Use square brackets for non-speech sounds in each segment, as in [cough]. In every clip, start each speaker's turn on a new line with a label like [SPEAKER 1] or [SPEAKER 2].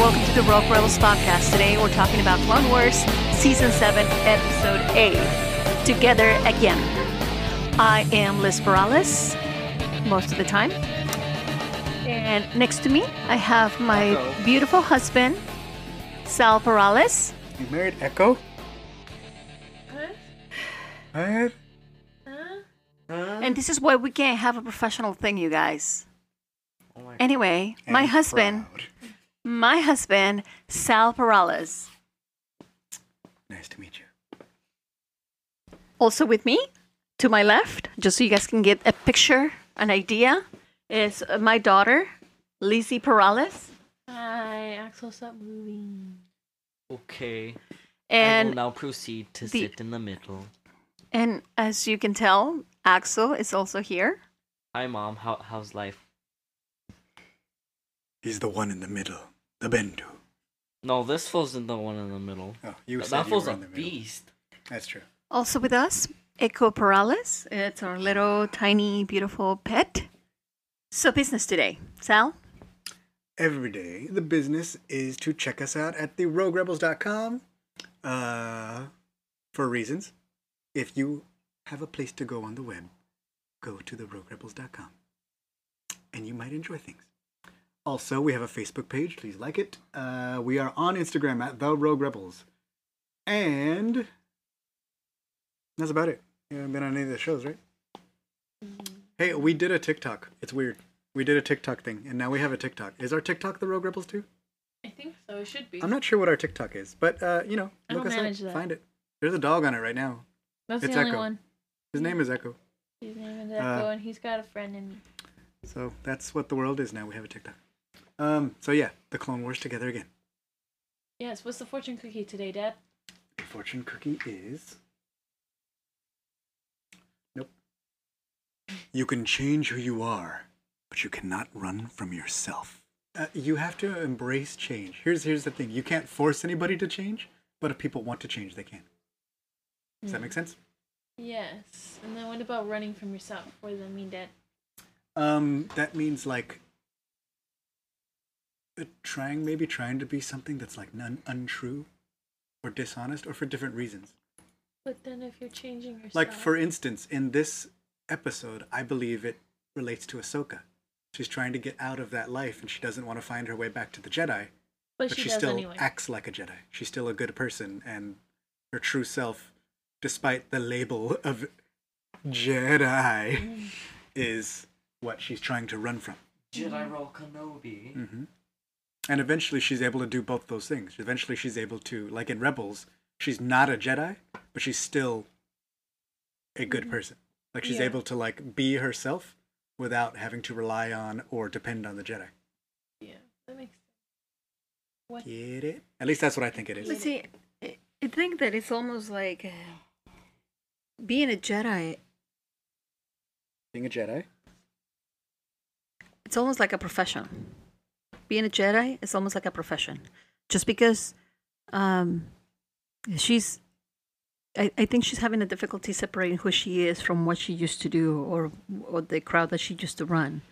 [SPEAKER 1] welcome to the Rogue Rebels podcast. Today we're talking about Clone Wars Season 7, Episode 8, Together Again. I am Liz Morales most of the time. And next to me, I have my
[SPEAKER 2] Hello.
[SPEAKER 1] beautiful husband, Sal Morales.
[SPEAKER 2] You married Echo? What?
[SPEAKER 1] And this is why we can't have a professional thing, you guys.
[SPEAKER 2] Oh my
[SPEAKER 1] Anyway,
[SPEAKER 2] And
[SPEAKER 1] my husband,
[SPEAKER 2] proud.
[SPEAKER 1] my husband, Sal Morales.
[SPEAKER 2] Nice to meet you.
[SPEAKER 1] also with me to my left, just so you guys can get a picture, an idea, is uh, my daughter, Lizzie Perales.
[SPEAKER 3] Hi, Axel, stop moving.
[SPEAKER 4] Okay. I will
[SPEAKER 1] And
[SPEAKER 4] now proceed to
[SPEAKER 1] the-
[SPEAKER 4] sit in the middle.
[SPEAKER 1] and as you can tell, Axel is also here.
[SPEAKER 4] Hi, mom. How how's life?
[SPEAKER 2] He's the one in the middle. The Bendu.
[SPEAKER 4] No, this fool's in the one in the middle.
[SPEAKER 2] Oh, you
[SPEAKER 4] Th-
[SPEAKER 2] said
[SPEAKER 4] that
[SPEAKER 2] you
[SPEAKER 4] fool's
[SPEAKER 2] were
[SPEAKER 4] a
[SPEAKER 2] in the middle.
[SPEAKER 4] beast.
[SPEAKER 2] That's true.
[SPEAKER 1] Also with us, Echo Perales. It's our little tiny beautiful pet. So business today, Sal.
[SPEAKER 2] Every day, the business is to check us out at the roguerebels.com uh, for reasons. If you have a place to go on the web, go to the roguerebels.com and you might enjoy things. Also, we have a Facebook page. Please like it. Uh, we are on Instagram at the Rogue Rebels. And that's about it. You haven't been on any of the shows, right? Hey, we did a TikTok. It's weird. We did a TikTok thing, and now we have a TikTok. Is our TikTok the Rogue Rebels too?
[SPEAKER 3] I think so. It should be.
[SPEAKER 2] I'm not sure what our TikTok is, but uh, you know,
[SPEAKER 3] I
[SPEAKER 2] look
[SPEAKER 3] don't
[SPEAKER 2] us up,
[SPEAKER 3] manage that.
[SPEAKER 2] find it. There's a dog on it right now.
[SPEAKER 3] That's
[SPEAKER 2] it's
[SPEAKER 3] the only
[SPEAKER 2] Echo.
[SPEAKER 3] one.
[SPEAKER 2] His name is Echo.
[SPEAKER 3] His name is
[SPEAKER 2] Uh,
[SPEAKER 3] Echo, and he's got a friend in me.
[SPEAKER 2] So that's what the world is now. We have a TikTok. Um. So yeah, the Clone Wars together again.
[SPEAKER 3] Yes, what's the fortune cookie today, Dad?
[SPEAKER 2] The fortune cookie is. Nope. You can change who you are, but you cannot run from yourself. Uh, you have to embrace change. Here's here's the thing: you can't force anybody to change, but if people want to change, they can. Does that make sense?
[SPEAKER 3] Yes. And then what about running from yourself? What does that mean, Dad?
[SPEAKER 2] Um, that means like uh, trying, maybe trying to be something that's like none untrue, or dishonest, or for different reasons.
[SPEAKER 3] But then if you're changing yourself.
[SPEAKER 2] Like for instance, in this episode, I believe it relates to Ahsoka. She's trying to get out of that life, and she doesn't want to find her way back to the Jedi.
[SPEAKER 3] But, she, does
[SPEAKER 2] still
[SPEAKER 3] anyway.
[SPEAKER 2] acts like a Jedi. She's still a good person and her true self, despite the label of
[SPEAKER 3] Mm.
[SPEAKER 2] Jedi, is what she's trying to run from.
[SPEAKER 4] Jedi roll Kenobi.
[SPEAKER 2] hmm And eventually, she's able to do both those things. Eventually, she's able to, like in Rebels, she's not a Jedi, but she's still a good person. Like she's
[SPEAKER 3] Yeah.
[SPEAKER 2] able to like be herself without having to rely on or depend on the Jedi.
[SPEAKER 3] yeah, that makes sense. What?
[SPEAKER 2] Get it? At least that's what I think it is.
[SPEAKER 3] Let's
[SPEAKER 1] see, I think that it's almost like uh, being a Jedi.
[SPEAKER 2] Being a Jedi.
[SPEAKER 1] it's almost like a profession. Being a Jedi is almost like a profession. Just because um, she's, I, I think she's having a difficulty separating who she is from what she used to do or, or the crowd that she used to run.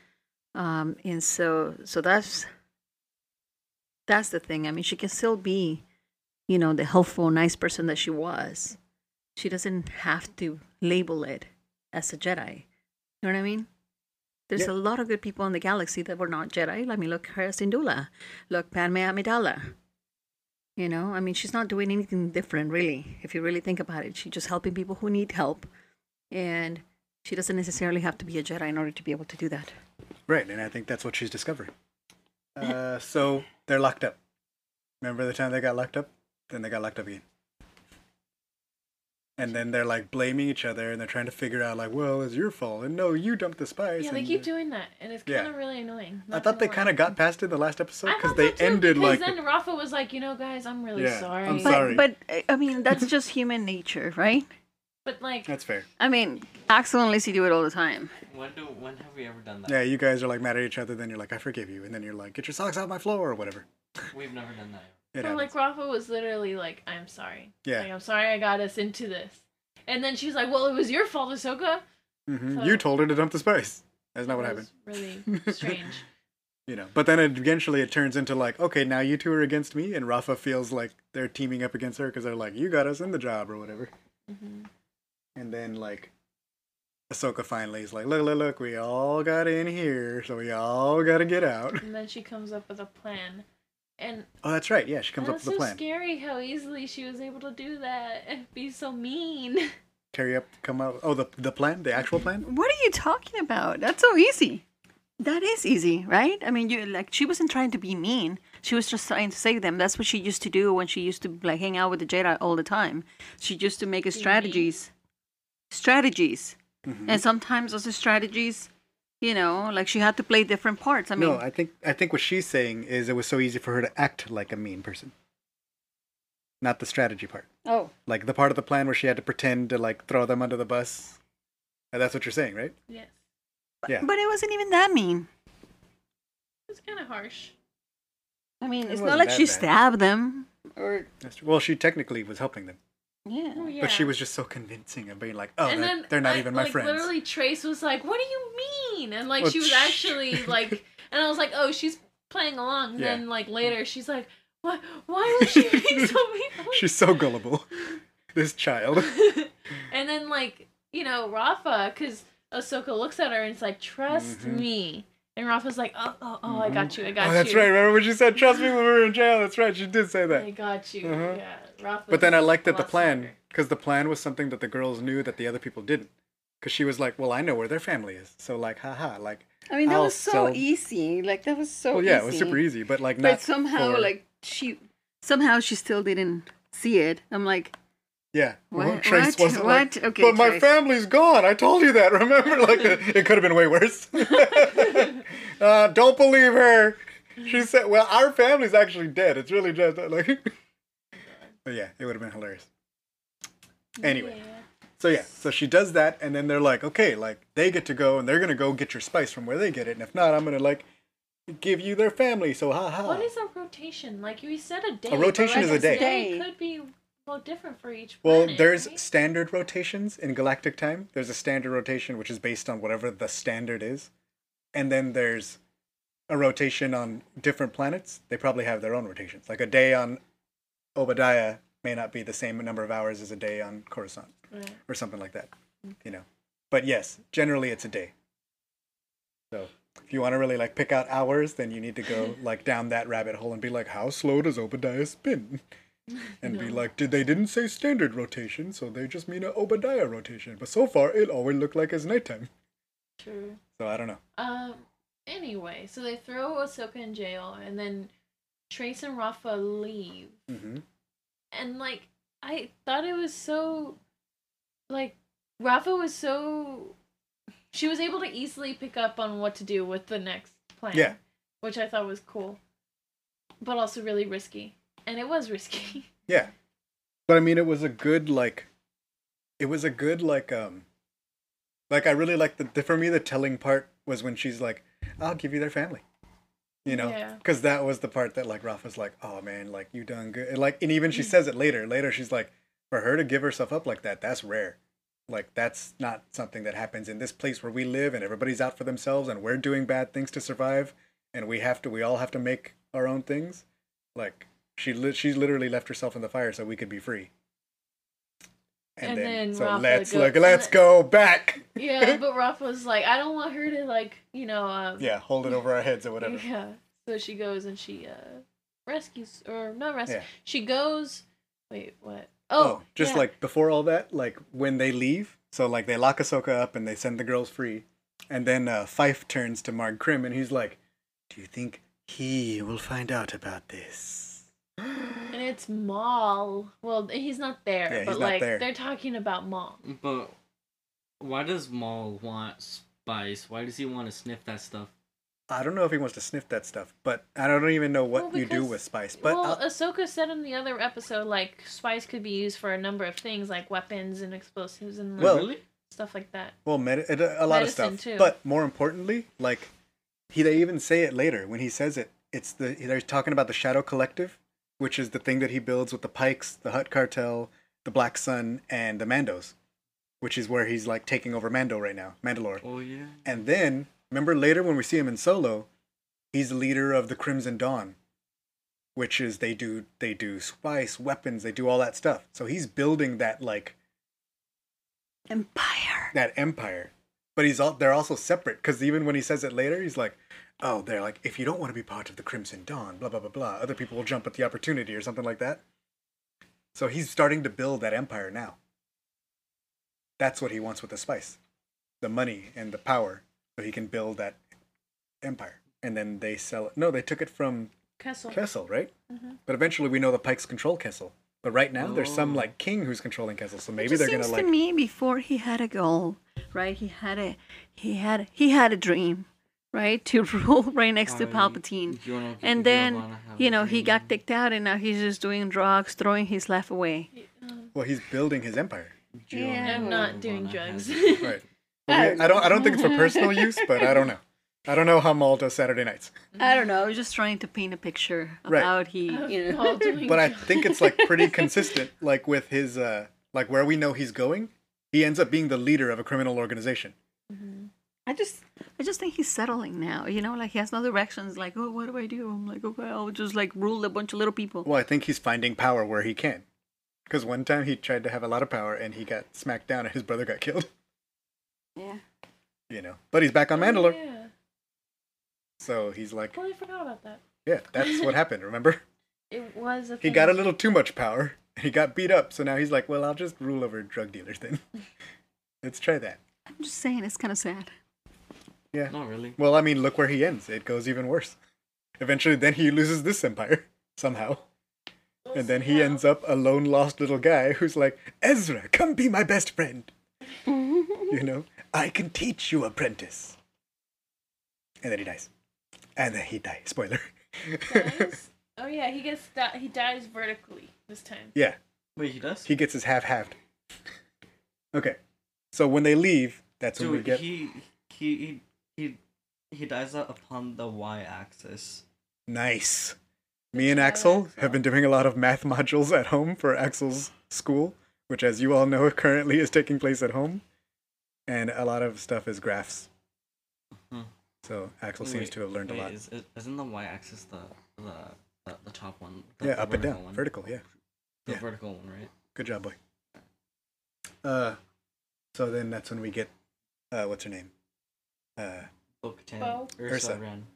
[SPEAKER 1] Um, and so, so that's, that's the thing. I mean, she can still be, you know, the helpful, nice person that she was. She doesn't have to label it as a Jedi. You know what I mean? There's a
[SPEAKER 2] Yeah.
[SPEAKER 1] lot of good people in the galaxy that were not Jedi. I mean, look, Hera Syndulla. Look, Padme Amidala. You know, I mean, she's not doing anything different, really, if you really think about it. She's just helping people who need help. And she doesn't necessarily have to be a Jedi in order to be able to do that.
[SPEAKER 2] Right, and I think that's what she's discovering. Uh, so they're locked up. Remember the time they got locked up? Then they got locked up again. And then they're like blaming each other, and they're trying to figure out like, well, it's your fault, and no, you dumped the spice.
[SPEAKER 3] Yeah, they
[SPEAKER 2] and-
[SPEAKER 3] keep doing that, and it's
[SPEAKER 2] Yeah.
[SPEAKER 3] kind of really annoying.
[SPEAKER 2] I thought they kind of got past it in the last episode because they ended
[SPEAKER 3] ended
[SPEAKER 2] like.
[SPEAKER 3] then Rafa was like, you know, guys, I'm really
[SPEAKER 2] Yeah, I'm
[SPEAKER 3] sorry.
[SPEAKER 2] sorry.
[SPEAKER 1] But, but I mean, that's just human nature, right?
[SPEAKER 3] But like,
[SPEAKER 2] That's fair.
[SPEAKER 1] I mean, Axel and Lizzie do it all the time.
[SPEAKER 4] When do when have we ever done that?
[SPEAKER 2] Yeah, you guys are like mad at each other, then you're like, I forgive you, and then you're like, get your socks off my floor or whatever.
[SPEAKER 4] We've never done that.
[SPEAKER 2] It
[SPEAKER 3] But
[SPEAKER 2] happens.
[SPEAKER 3] like Rafa was literally like, "I'm sorry.
[SPEAKER 2] Yeah.
[SPEAKER 3] Like I'm sorry I got us into this." And then she was like, "Well, it was your fault, Ahsoka."
[SPEAKER 2] Mhm.
[SPEAKER 3] so-
[SPEAKER 2] You told her to dump the spice. That's not what
[SPEAKER 3] It
[SPEAKER 2] [laughs] happened.
[SPEAKER 3] was Really strange.
[SPEAKER 2] You know, but then it, eventually it turns into like, okay, now you two are against me, and Rafa feels like they're teaming up against her because they're like, you got us in the job or whatever.
[SPEAKER 3] Mhm.
[SPEAKER 2] And then like, Ahsoka finally is like, look, look, look, we all got in here, so we all got to get out.
[SPEAKER 3] And then she comes up with a plan. And
[SPEAKER 2] Oh, that's right. Yeah, she comes up
[SPEAKER 3] that's
[SPEAKER 2] with a
[SPEAKER 3] so
[SPEAKER 2] plan.
[SPEAKER 3] scary how easily she was able to do that and be so mean. [laughs]
[SPEAKER 2] Carry up, come out. Oh, the the plan, the actual plan.
[SPEAKER 1] What are you talking about? That's so easy. That is easy, right? I mean, you like she wasn't trying to be mean. She was just trying to save them. That's what she used to do when she used to like hang out with the Jedi all the time. She used to make strategies,
[SPEAKER 2] Mm-hmm.
[SPEAKER 1] strategies, and sometimes those strategies, you know, like she had to play different parts. I mean,
[SPEAKER 2] no, I think I think what she's saying is it was so easy for her to act like a mean person. Not the strategy part.
[SPEAKER 1] oh,
[SPEAKER 2] Like the part of the plan where she had to pretend to like throw them under the bus. And that's what you're saying, right?
[SPEAKER 3] yes.
[SPEAKER 2] Yeah.
[SPEAKER 1] but it wasn't even that mean.
[SPEAKER 3] It's kind of harsh.
[SPEAKER 1] I mean,
[SPEAKER 2] It
[SPEAKER 1] it's
[SPEAKER 2] wasn't
[SPEAKER 1] not like
[SPEAKER 2] that
[SPEAKER 1] she
[SPEAKER 2] bad.
[SPEAKER 1] stabbed them or
[SPEAKER 2] That's true. Well, she technically was helping them,
[SPEAKER 1] yeah.
[SPEAKER 3] Oh, yeah.
[SPEAKER 2] but she was just so convincing of being like, "Oh, they're, they're not
[SPEAKER 3] I-
[SPEAKER 2] even my
[SPEAKER 3] like,
[SPEAKER 2] friends."
[SPEAKER 3] Literally, Trace was like, "What do you mean?" And like,
[SPEAKER 2] Well,
[SPEAKER 3] she was
[SPEAKER 2] sh- [laughs]
[SPEAKER 3] actually like, and I was like, "Oh, she's playing along." And
[SPEAKER 2] Yeah.
[SPEAKER 3] Then like later, she's like, "What? Why was
[SPEAKER 2] [laughs]
[SPEAKER 3] she being so mean?"
[SPEAKER 2] [laughs] She's so gullible. [laughs] this child.
[SPEAKER 3] [laughs] and then like you know Rafa, because Ahsoka looks at her and it's like, "Trust
[SPEAKER 2] Mhm.
[SPEAKER 3] me." And Rafa's like, "Oh, oh, oh, I got you, I got
[SPEAKER 2] Oh, that's
[SPEAKER 3] you."
[SPEAKER 2] right. Remember when she said, "Trust me when we were in jail." That's right. She did say that.
[SPEAKER 3] I got you.
[SPEAKER 2] Uh-huh.
[SPEAKER 3] Yeah, Rafa.
[SPEAKER 2] But then I liked that the
[SPEAKER 3] lost
[SPEAKER 2] plan,
[SPEAKER 3] her.
[SPEAKER 2] because the plan was something that the girls knew that the other people didn't. Because she was like, well, I know where their family is. So, like, haha. Like,
[SPEAKER 1] I mean, that
[SPEAKER 2] I'll
[SPEAKER 1] was so
[SPEAKER 2] sell-
[SPEAKER 1] easy. Like that was so.
[SPEAKER 2] Oh, well, yeah,
[SPEAKER 1] easy.
[SPEAKER 2] it was super easy, but, like, not.
[SPEAKER 1] but somehow
[SPEAKER 2] for-
[SPEAKER 1] like she somehow she still didn't see it i'm like
[SPEAKER 2] Yeah.
[SPEAKER 1] What-
[SPEAKER 2] Well, Trace
[SPEAKER 1] what?
[SPEAKER 2] wasn't like,
[SPEAKER 1] What? Okay,
[SPEAKER 2] But my
[SPEAKER 1] Trace."
[SPEAKER 2] family's gone. I told you that, [laughs] remember?
[SPEAKER 1] [laughs]
[SPEAKER 2] Like, it could have been way worse. [laughs] uh, don't believe her. She said, well, our family's actually dead. It's really just, uh, like. [laughs] but yeah, it would have been hilarious. Anyway.
[SPEAKER 3] Yeah.
[SPEAKER 2] So yeah, so she does that, and then they're like, okay, like they get to go, and they're gonna go get your spice from where they get it, and if not, I'm gonna like give you their family. So ha ha.
[SPEAKER 3] What is a rotation? Like you said, a day.
[SPEAKER 2] A rotation
[SPEAKER 3] but,
[SPEAKER 2] is
[SPEAKER 3] like,
[SPEAKER 2] a day.
[SPEAKER 1] Day.
[SPEAKER 3] Could be well different for each.
[SPEAKER 2] well,
[SPEAKER 3] planet,
[SPEAKER 2] there's
[SPEAKER 3] right?
[SPEAKER 2] standard rotations in galactic time. There's a standard rotation which is based on whatever the standard is, and then there's a rotation on different planets. They probably have their own rotations. Like a day on Obadiah may not be the same number of hours as a day on Coruscant.
[SPEAKER 3] Right.
[SPEAKER 2] or something like that. You know. But yes, generally it's a day. So if you want to really like pick out hours, then you need to go like down that rabbit hole and be like, how slow does Obadiah spin? And be like, did they didn't say standard rotation, so they just mean a Obadiah rotation. But so far, it always looked like it's nighttime.
[SPEAKER 3] True.
[SPEAKER 2] So I don't know.
[SPEAKER 3] Um. Anyway, so they throw Ahsoka in jail, and then Trace and Rafa leave.
[SPEAKER 2] Mm-hmm.
[SPEAKER 3] And like, I thought it was so, like, Rafa was so, she was able to easily pick up on what to do with the next plan.
[SPEAKER 2] Yeah.
[SPEAKER 3] Which I thought was cool, but also really risky, and it was risky. [laughs]
[SPEAKER 2] Yeah. But I mean it was a good like it was a good like um like I really like the the- for me the telling part was when she's like I'll give you their family. You know,
[SPEAKER 3] Yeah.
[SPEAKER 2] cuz that was the part that like Rafa's like, "Oh man, like you done good." And like and even she says it later. Later she's like for her to give herself up like that, that's rare. Like that's not something that happens in this place where we live and everybody's out for themselves and we're doing bad things to survive and we have to we all have to make our own things. Like she li- she literally left herself in the fire so we could be free. And,
[SPEAKER 3] And
[SPEAKER 2] then,
[SPEAKER 3] then
[SPEAKER 2] so
[SPEAKER 3] Rafa
[SPEAKER 2] let's
[SPEAKER 3] go-
[SPEAKER 2] look,
[SPEAKER 3] and
[SPEAKER 2] let's
[SPEAKER 3] then-
[SPEAKER 2] go back.
[SPEAKER 3] yeah, but Rafa was like, I don't want her to like, you know, um,
[SPEAKER 2] Yeah, hold it over our heads or whatever.
[SPEAKER 3] Yeah. So she goes and she uh rescues or not rescues.
[SPEAKER 2] Yeah.
[SPEAKER 3] She goes wait, what?
[SPEAKER 2] Oh, just
[SPEAKER 3] yeah.
[SPEAKER 2] like before all that, like when they leave, so like they lock Ahsoka up and they send the girls free, and then uh, Fife turns to Marg Krim and he's like, "Do you think he will find out about this?"
[SPEAKER 3] and it's Maul. Well, he's not there,
[SPEAKER 2] Yeah, he's
[SPEAKER 3] but
[SPEAKER 2] not
[SPEAKER 3] like
[SPEAKER 2] there.
[SPEAKER 3] they're talking about Maul.
[SPEAKER 4] But why does Maul want spice? Why does he want to sniff that stuff?
[SPEAKER 2] I don't know if he wants to sniff that stuff, but I don't even know what
[SPEAKER 3] Well,
[SPEAKER 2] you do
[SPEAKER 3] because-
[SPEAKER 2] with spice. But
[SPEAKER 3] well,
[SPEAKER 2] I'll-
[SPEAKER 3] Ahsoka said in the other episode like spice could be used for a number of things like weapons and explosives and like,
[SPEAKER 2] Well-
[SPEAKER 4] really?
[SPEAKER 3] stuff like that.
[SPEAKER 2] Well, med- it- a lot of
[SPEAKER 3] Medicine,
[SPEAKER 2] stuff.
[SPEAKER 3] too.
[SPEAKER 2] But more importantly, like he they even say it later when he says it. It's the they're talking about the Shadow Collective, which is the thing that he builds with the Pikes, the Hut Cartel, the Black Sun, and the Mandos, which is where he's like taking over Mando right now, Mandalore.
[SPEAKER 4] Oh yeah.
[SPEAKER 2] And then remember later when we see him in Solo, He's the leader of the Crimson Dawn, which is they do they do spice, weapons, they do all that stuff. So he's building that like
[SPEAKER 1] Empire.
[SPEAKER 2] that empire. But he's all they're also separate because even when he says it later, he's like, "Oh, they're like if you don't want to be part of the Crimson Dawn, blah blah blah blah. Other people will jump at the opportunity or something like that." So he's starting to build that empire now. That's what he wants with the spice, the money and the power, so he can build that empire. And then they sell it. No, they took it from
[SPEAKER 3] Kessel.
[SPEAKER 2] Kessel, right?
[SPEAKER 1] Mm-hmm.
[SPEAKER 3] Mhm.
[SPEAKER 2] But eventually, we know the Pikes control Kessel. But right now, there's some
[SPEAKER 4] Oh.
[SPEAKER 2] like king who's controlling Kessel. So
[SPEAKER 1] It
[SPEAKER 2] maybe
[SPEAKER 1] just
[SPEAKER 2] they're gonna
[SPEAKER 1] seems
[SPEAKER 2] like
[SPEAKER 1] to me before he had a goal, right? He had a he had he had a dream, right? To [laughs] rule right next to
[SPEAKER 4] Um,
[SPEAKER 1] Palpatine.
[SPEAKER 4] you don't- you
[SPEAKER 1] And
[SPEAKER 4] don't
[SPEAKER 1] then,
[SPEAKER 4] wanna have
[SPEAKER 1] you
[SPEAKER 4] a
[SPEAKER 1] know, he got
[SPEAKER 4] dream.
[SPEAKER 1] kicked out and now he's just doing drugs, throwing his life away.
[SPEAKER 3] Um,
[SPEAKER 2] well, he's building his empire.
[SPEAKER 4] You don't
[SPEAKER 1] Yeah.
[SPEAKER 3] I'm
[SPEAKER 4] wanna
[SPEAKER 3] not doing
[SPEAKER 4] have
[SPEAKER 3] drugs.
[SPEAKER 4] a-
[SPEAKER 2] Right. Well, we- [laughs] I don't. I don't think it's for personal use, but I don't know. I don't know how Maul does Saturday nights,
[SPEAKER 1] I don't know. I was just trying to paint a picture of
[SPEAKER 2] Right.
[SPEAKER 1] how he, you know.
[SPEAKER 3] All doing
[SPEAKER 1] [laughs]
[SPEAKER 2] but I
[SPEAKER 3] drugs.
[SPEAKER 2] think it's like [laughs] pretty consistent. Like with his, uh, like where we know he's going, he ends up being the leader of a criminal organization.
[SPEAKER 1] I just, I just think he's settling now. You know, like he has no directions. Like, oh, what do I do? I'm like, okay, I'll just like rule a bunch of little people.
[SPEAKER 2] Well, I think he's finding power where he can. Because one time he tried to have a lot of power and he got smacked down, and his brother got killed. [laughs]
[SPEAKER 1] Yeah.
[SPEAKER 2] You know, but he's back on
[SPEAKER 3] Oh,
[SPEAKER 2] Mandalore,
[SPEAKER 3] Yeah.
[SPEAKER 2] so he's like,
[SPEAKER 3] Totally forgot about that.
[SPEAKER 2] yeah, that's what happened. [laughs] Remember,
[SPEAKER 3] It was a
[SPEAKER 2] he
[SPEAKER 3] thing.
[SPEAKER 2] got a little too much power. and He got beat up, so now he's like, well, I'll just rule over drug dealers then. [laughs] Let's try that.
[SPEAKER 1] I'm just saying, it's kind of sad.
[SPEAKER 2] Yeah.
[SPEAKER 4] [laughs] Not really.
[SPEAKER 2] Well, I mean, look where he ends. It goes even worse. Eventually, then he loses this empire somehow. And then he ends
[SPEAKER 3] [laughs]
[SPEAKER 2] up a lone, lost little guy who's like, Ezra, come be my best friend. you know, I can teach you, apprentice. And then he dies. And then he dies. Spoiler.
[SPEAKER 3] Dies? Oh yeah, he gets di- he dies vertically this time.
[SPEAKER 2] [laughs] yeah,
[SPEAKER 4] Wait, he does?
[SPEAKER 2] he gets his half halved. Okay. So when they leave, that's when we
[SPEAKER 4] Dude,
[SPEAKER 2] get.
[SPEAKER 4] he, he he he he dies up upon the y axis.
[SPEAKER 2] Nice. Me and
[SPEAKER 3] Yeah,
[SPEAKER 2] Axel
[SPEAKER 3] Axel.
[SPEAKER 2] have been doing a lot of math modules at home for Axel's school, which, as you all know, [laughs] currently is taking place at home. And a lot of stuff is graphs.
[SPEAKER 4] Mhm.
[SPEAKER 2] So Axel seems to have learned a lot.
[SPEAKER 4] Is, is, isn't the y axis the the, the the top one? The,
[SPEAKER 2] yeah,
[SPEAKER 4] the
[SPEAKER 2] up and down.
[SPEAKER 4] vertical one?
[SPEAKER 2] Vertical, yeah.
[SPEAKER 4] The
[SPEAKER 2] yeah.
[SPEAKER 4] vertical one, right?
[SPEAKER 2] Good job, boy. Uh, so then that's when we get, uh, what's her name? Uh,
[SPEAKER 4] Bo Katan.
[SPEAKER 3] Bo.
[SPEAKER 4] Ursa,
[SPEAKER 2] Ursa.
[SPEAKER 4] Ren.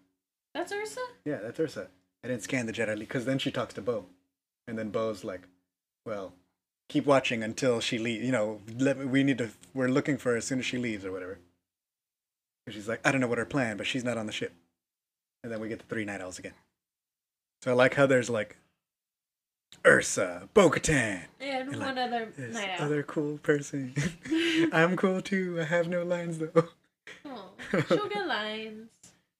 [SPEAKER 3] That's Ursa.
[SPEAKER 2] Yeah, that's Ursa. I didn't scan the Jedi because then she talks to Bo, and then Bo's like, "Well, keep watching until she leaves. You know, let me, we need to. We're looking for her as soon as she leaves or whatever." 'Cause she's like, "I don't know what her plan, but she's not on the ship." And then we get the three Night Owls again. So I like how there's like Ursa, Bo-Katan,
[SPEAKER 3] And
[SPEAKER 2] And,
[SPEAKER 3] one
[SPEAKER 2] like,
[SPEAKER 3] other
[SPEAKER 2] this
[SPEAKER 3] night out.
[SPEAKER 2] other cool person. I'm cool too. I have no lines though. [laughs]
[SPEAKER 3] Oh, sugar lines.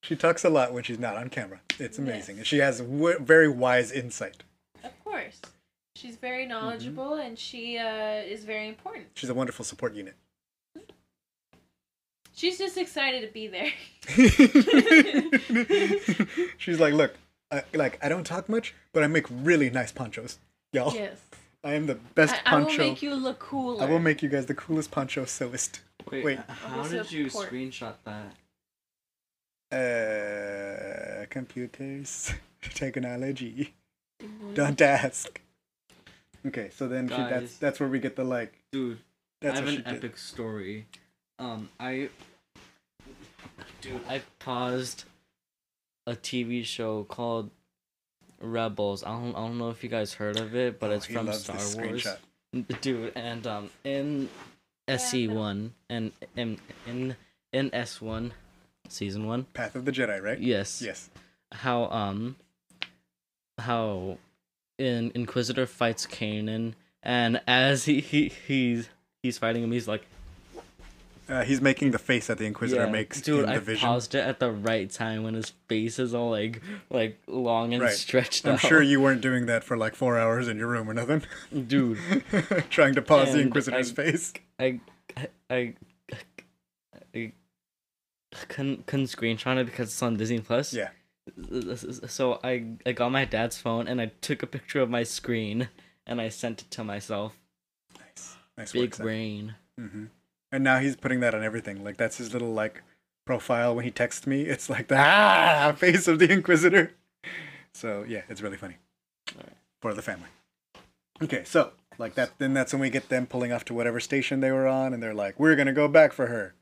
[SPEAKER 2] She talks a lot when she's not on camera. It's
[SPEAKER 3] Yes.
[SPEAKER 2] amazing. and She has w- very wise insight.
[SPEAKER 3] Of course, she's
[SPEAKER 2] Mm-hmm.
[SPEAKER 3] very knowledgeable and she uh, is very important.
[SPEAKER 2] She's a wonderful support unit. [laughs]
[SPEAKER 3] She's just excited to
[SPEAKER 2] [laughs]
[SPEAKER 3] be there.
[SPEAKER 2] She's like, look, I, like I don't talk much, but I make really nice ponchos, y'all.
[SPEAKER 3] yes.
[SPEAKER 2] I am the best
[SPEAKER 3] I, I will
[SPEAKER 2] poncho.
[SPEAKER 3] make you look cool.
[SPEAKER 2] Oh, I will make you guys the coolest poncho sewist.
[SPEAKER 4] Wait,
[SPEAKER 2] Wait.
[SPEAKER 4] h- how
[SPEAKER 3] Ursa
[SPEAKER 4] did you
[SPEAKER 3] Port.
[SPEAKER 4] screenshot that?
[SPEAKER 2] Uh, computers, [laughs] technology.
[SPEAKER 3] Mm-hmm.
[SPEAKER 2] Don't ask. Okay, so then she, that's
[SPEAKER 4] Guys.
[SPEAKER 2] that's where we get the like.
[SPEAKER 4] Dude,
[SPEAKER 2] That's
[SPEAKER 4] I have
[SPEAKER 2] what
[SPEAKER 4] an
[SPEAKER 2] she did.
[SPEAKER 4] epic story. Um, I, dude, I paused a TV show called Rebels. I don't, I don't know if you guys heard of it, but
[SPEAKER 2] Oh,
[SPEAKER 4] it's
[SPEAKER 2] he
[SPEAKER 4] from
[SPEAKER 2] loves
[SPEAKER 4] Star
[SPEAKER 2] this
[SPEAKER 4] Wars.
[SPEAKER 2] screenshot.
[SPEAKER 4] Dude, and um, in SC one and in in in S one, season one.
[SPEAKER 2] Path of the Jedi, right?
[SPEAKER 4] Yes.
[SPEAKER 2] Yes.
[SPEAKER 4] How um, how, in Inquisitor fights Kanan, and as he he he's he's fighting him, he's like.
[SPEAKER 2] Uh, he's making the face that the Inquisitor makes
[SPEAKER 4] Dude,
[SPEAKER 2] in
[SPEAKER 4] I
[SPEAKER 2] the vision.
[SPEAKER 4] paused it at the right time when his face is all like like long and
[SPEAKER 2] Right.
[SPEAKER 4] stretched
[SPEAKER 2] I'm
[SPEAKER 4] out.
[SPEAKER 2] sure you weren't doing that for like four hours in your room or nothing, [laughs]
[SPEAKER 4] [laughs] dude.
[SPEAKER 2] trying to pause the
[SPEAKER 4] And
[SPEAKER 2] Inquisitor's
[SPEAKER 4] I-
[SPEAKER 2] face.
[SPEAKER 4] I I I, I couldn't couldn't screenshot it because it's on Disney Plus.
[SPEAKER 2] Yeah.
[SPEAKER 4] So I I got my dad's phone and I took a picture of my screen and I sent it to myself.
[SPEAKER 2] Nice. Nice
[SPEAKER 4] Big
[SPEAKER 2] work.
[SPEAKER 4] brain.
[SPEAKER 2] hmm And now he's putting that on everything. Like that's his little like profile when he texts me. It's like the ah, [laughs] face of the Inquisitor. So yeah, it's really funny
[SPEAKER 4] Alright.
[SPEAKER 2] for the family. Okay, so like that, then that's when we get them pulling off to whatever station they were on, and they're like, "We're gonna go back for her,"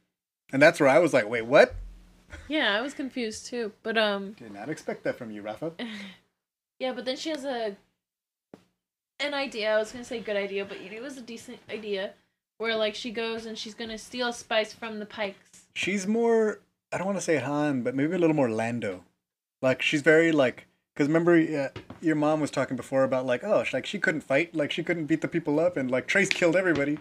[SPEAKER 2] and that's where I was like, "Wait, what?
[SPEAKER 3] Yeah, I was confused too. But um
[SPEAKER 2] Did not expect that from you, Rafa."
[SPEAKER 3] yeah, but then she has a an idea. I was gonna say good idea, but it was a decent idea. Where like she goes and she's gonna steal spice from the pikes.
[SPEAKER 2] she's more i don't want to say han but maybe a little more lando like she's very like because remember uh, your mom was talking before about like oh she, like she couldn't fight like she couldn't beat the people up and like trace killed everybody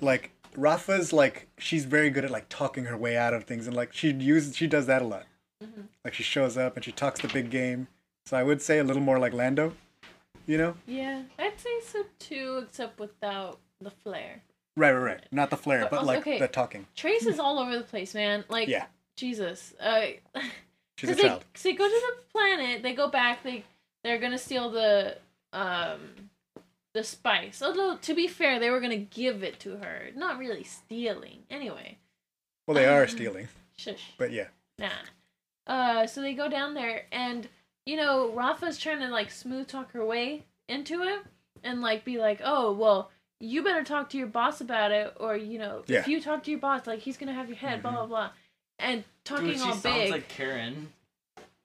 [SPEAKER 2] like rafa's like she's very good at like talking her way out of things and like she uses she does that a lot
[SPEAKER 3] Mm-hmm.
[SPEAKER 2] like she shows up and she talks the big game so i would say a little more like lando you know
[SPEAKER 3] Yeah, I'd say so too, except without the flare.
[SPEAKER 2] right right right not the flair
[SPEAKER 3] But
[SPEAKER 2] but
[SPEAKER 3] also-
[SPEAKER 2] like
[SPEAKER 3] okay.
[SPEAKER 2] the talking
[SPEAKER 3] Trace is all over the place, man. Like
[SPEAKER 2] Hmm. Yeah.
[SPEAKER 3] Jesus. Uh [laughs]
[SPEAKER 2] she's a
[SPEAKER 3] they,
[SPEAKER 2] child
[SPEAKER 3] 'cause they go to the planet. They go back. They they're gonna steal the um the spice. Although to be fair, they were gonna give it to her. Not really stealing. Anyway,
[SPEAKER 2] well
[SPEAKER 3] um,
[SPEAKER 2] they are stealing
[SPEAKER 3] shush.
[SPEAKER 2] but yeah
[SPEAKER 3] Nah. Uh, so they go down there, and you know Rafa's trying to like smooth talk her way into it, and like be like, oh well. You better talk to your boss about it, or you know,
[SPEAKER 2] Yeah.
[SPEAKER 3] if you talk to your boss, like he's gonna have your head, blah blah blah, and talking
[SPEAKER 4] Dude, she
[SPEAKER 3] all
[SPEAKER 4] sounds
[SPEAKER 3] big.
[SPEAKER 4] like Karen.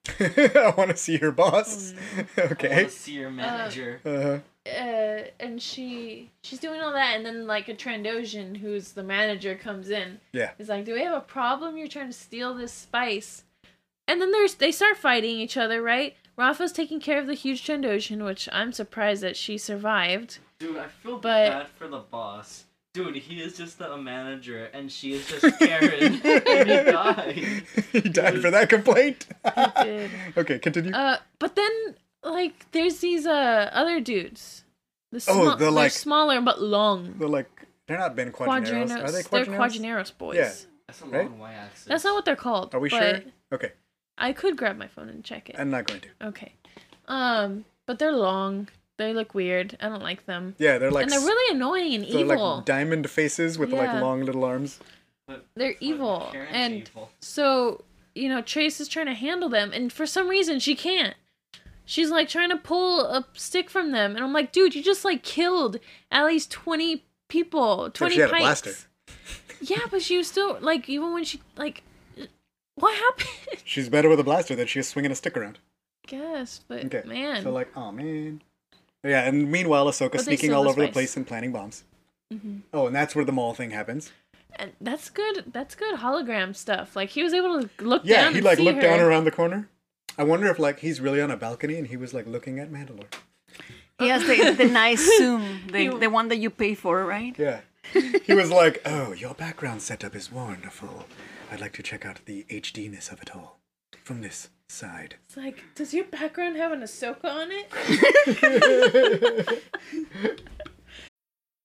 [SPEAKER 2] [laughs] I want to see her boss.
[SPEAKER 3] Mm.
[SPEAKER 4] I
[SPEAKER 2] [laughs]
[SPEAKER 4] wanna
[SPEAKER 2] okay.
[SPEAKER 4] see your manager.
[SPEAKER 2] Uh,
[SPEAKER 3] uh, and she she's doing all that, and then like a Trandoshan, who's the manager, comes in.
[SPEAKER 2] Yeah. [laughs]
[SPEAKER 3] He's like, "Do we have a problem? You're trying to steal this spice." And then there's they start fighting each other, right? Rafa's taking care of the huge Trandoshan, which I'm surprised that she survived.
[SPEAKER 4] Dude, I feel
[SPEAKER 3] But-
[SPEAKER 4] bad for the boss. Dude, he is just a manager, and she is
[SPEAKER 2] [laughs]
[SPEAKER 4] just Karen, and he died.
[SPEAKER 2] he died for that complaint. [laughs]
[SPEAKER 3] did.
[SPEAKER 2] okay, continue.
[SPEAKER 3] Uh, but then like there's these uh other dudes. The sma-
[SPEAKER 2] Oh, the,
[SPEAKER 3] they're
[SPEAKER 2] like-
[SPEAKER 3] smaller but long.
[SPEAKER 2] they're like, they're not Ben Quadrineros.
[SPEAKER 3] Quadrinos.
[SPEAKER 2] Are they
[SPEAKER 3] They're
[SPEAKER 2] Quadrineros?
[SPEAKER 3] Quadrineros boys.
[SPEAKER 2] Yeah.
[SPEAKER 4] That's a long
[SPEAKER 2] Right?
[SPEAKER 4] Y axis.
[SPEAKER 3] That's not what they're called.
[SPEAKER 2] Are we
[SPEAKER 3] but
[SPEAKER 2] sure? Okay,
[SPEAKER 3] I could grab my phone and check it.
[SPEAKER 2] I'm not going to.
[SPEAKER 3] Okay. Um, but they're long. They look weird. I don't like them.
[SPEAKER 2] Yeah, they're like,
[SPEAKER 3] and they're
[SPEAKER 2] s-
[SPEAKER 3] really annoying and
[SPEAKER 2] they're
[SPEAKER 3] evil.
[SPEAKER 2] like diamond faces with
[SPEAKER 3] Yeah.
[SPEAKER 2] like long little arms.
[SPEAKER 4] But-
[SPEAKER 3] They're
[SPEAKER 4] but
[SPEAKER 3] evil,
[SPEAKER 4] Karen's
[SPEAKER 3] and-
[SPEAKER 4] evil.
[SPEAKER 3] so, you know, Trace is trying to handle them and for some reason she can't. She's like trying to pull a stick from them and I'm like, "Dude, you just like killed at least 20 people, 20
[SPEAKER 2] she had a
[SPEAKER 3] pikes."
[SPEAKER 2] blaster.
[SPEAKER 3] Yeah, but she was still like even when she like what happened? [laughs]
[SPEAKER 2] She's better with a blaster than she is swinging a stick around.
[SPEAKER 3] Guess, but
[SPEAKER 2] Okay,
[SPEAKER 3] man.
[SPEAKER 2] So like, oh man. Yeah, and meanwhile, Ahsoka
[SPEAKER 3] they
[SPEAKER 2] sneaking
[SPEAKER 3] steal
[SPEAKER 2] all
[SPEAKER 3] the
[SPEAKER 2] over the
[SPEAKER 3] spice.
[SPEAKER 2] place and planting bombs.
[SPEAKER 3] Mm-hmm.
[SPEAKER 2] Oh, and that's where the mall thing happens.
[SPEAKER 3] And that's good. That's good hologram stuff. Like he was able to look
[SPEAKER 2] Yeah,
[SPEAKER 3] down.
[SPEAKER 2] he
[SPEAKER 3] and
[SPEAKER 2] like
[SPEAKER 3] see
[SPEAKER 2] looked
[SPEAKER 3] her.
[SPEAKER 2] down around the corner. I wonder if like he's really on a balcony and he was like looking at Mandalore.
[SPEAKER 1] He has the, the nice Zoom, the,
[SPEAKER 3] You-
[SPEAKER 1] the one that [laughs] you pay for, right?
[SPEAKER 2] Yeah. He
[SPEAKER 3] [laughs]
[SPEAKER 2] was like, "Oh, your background setup is wonderful. I'd like to check out the HDness of it all from this side."
[SPEAKER 3] It's like, does your background have an Ahsoka on it?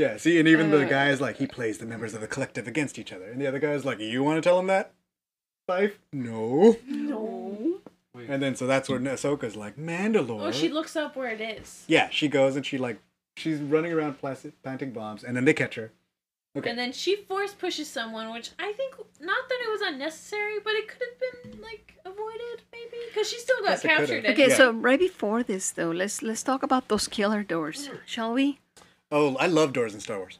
[SPEAKER 2] Yeah, see, and even
[SPEAKER 3] Uh.
[SPEAKER 2] the guy is like, he plays the members of the collective against each other, and the other guy is like, "You want to tell him that?" Fife? No.
[SPEAKER 3] No.
[SPEAKER 2] And then so that's where Ahsoka's like, "Mandalore."
[SPEAKER 3] Oh, she looks up where it is,
[SPEAKER 2] yeah, she goes and she like she's running around plastic, planting bombs, and then they catch her. Okay.
[SPEAKER 3] and then she force pushes someone, which I think not that it was unnecessary, but it could have been like avoided maybe because she still got
[SPEAKER 2] Yes, it could've.
[SPEAKER 3] captured.
[SPEAKER 1] Okay,
[SPEAKER 2] Yeah.
[SPEAKER 1] so right before this though, let's let's talk about those killer doors, shall we?
[SPEAKER 2] Oh, I love doors in Star Wars.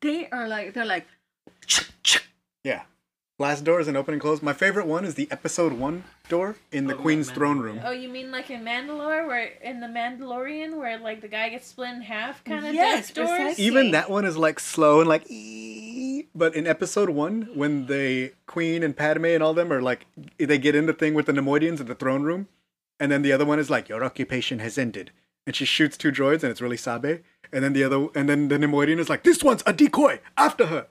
[SPEAKER 1] They are like they're like
[SPEAKER 2] Yeah. Glass doors and open and close. My favorite one is the episode one door in the
[SPEAKER 4] Oh, yeah,
[SPEAKER 2] Queen's throne
[SPEAKER 4] Mandalore,
[SPEAKER 2] room.
[SPEAKER 4] yeah.
[SPEAKER 3] Oh, you mean like in Mandalore, where in the Mandalorian, where like the guy gets split in half, kind of
[SPEAKER 1] Yes,
[SPEAKER 3] death doors.
[SPEAKER 1] precisely.
[SPEAKER 2] Even that one is like slow and like, "Ee." but in episode one, when the queen and Padme and all them are like, they get in the thing with the Nemoidians in the throne room, and then the other one is like, your occupation has ended, and she shoots two droids, and it's really Sabe, and then the other, and then the Nemoidian is like, this one's a decoy after her.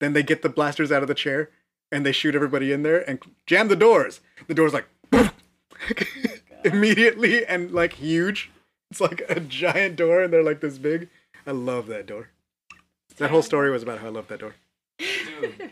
[SPEAKER 2] Then they get the blasters out of the chair, and they shoot everybody in there and jam the doors. The door's like [laughs] immediately and like huge. It's like a giant door and they're like this big. I love that door. That whole story was about how I love that door.
[SPEAKER 4] Dude,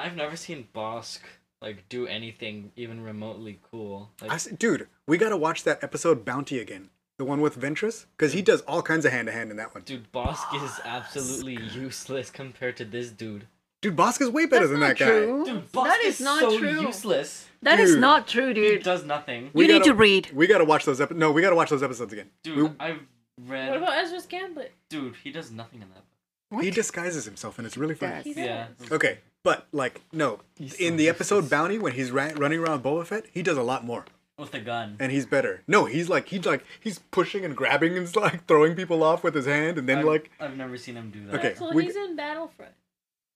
[SPEAKER 4] I've never seen Bosk like do anything even remotely cool. Like,
[SPEAKER 2] I s dude, we gotta watch that episode Bounty again. The one with Ventress, because he does all kinds of hand to hand in that one.
[SPEAKER 4] dude, Bosk is absolutely useless compared to this dude.
[SPEAKER 2] Dude, Bosk is way better
[SPEAKER 1] That's
[SPEAKER 2] than
[SPEAKER 1] not
[SPEAKER 2] that guy.
[SPEAKER 1] true.
[SPEAKER 4] Dude, Bosk
[SPEAKER 1] that
[SPEAKER 4] is,
[SPEAKER 1] is not
[SPEAKER 4] so
[SPEAKER 1] true.
[SPEAKER 4] useless.
[SPEAKER 1] That is
[SPEAKER 2] Dude.
[SPEAKER 1] not true,
[SPEAKER 4] He
[SPEAKER 1] dude.
[SPEAKER 4] does nothing.
[SPEAKER 1] We- You need to read.
[SPEAKER 2] We gotta watch those episodes. No, we gotta watch those episodes again.
[SPEAKER 4] Dude, I've
[SPEAKER 3] What
[SPEAKER 4] read.
[SPEAKER 3] about Ezra's Gambit?
[SPEAKER 4] Dude, he does nothing in that book.
[SPEAKER 2] We, he disguises himself, and it's really funny.
[SPEAKER 1] Yes.
[SPEAKER 3] He's
[SPEAKER 4] Yeah.
[SPEAKER 2] Okay, but like no,
[SPEAKER 4] He's
[SPEAKER 2] in
[SPEAKER 4] so
[SPEAKER 2] the episode Bounty when he's ra- running around Boba Fett, he does a lot more,
[SPEAKER 4] With a gun.
[SPEAKER 2] and he's better. No, he's like he's like he's pushing and grabbing and like throwing people off with his hand, and then
[SPEAKER 4] I've,
[SPEAKER 2] like
[SPEAKER 4] I've never seen him do that.
[SPEAKER 2] Okay,
[SPEAKER 3] Well,
[SPEAKER 2] we-
[SPEAKER 3] he's in Battlefront.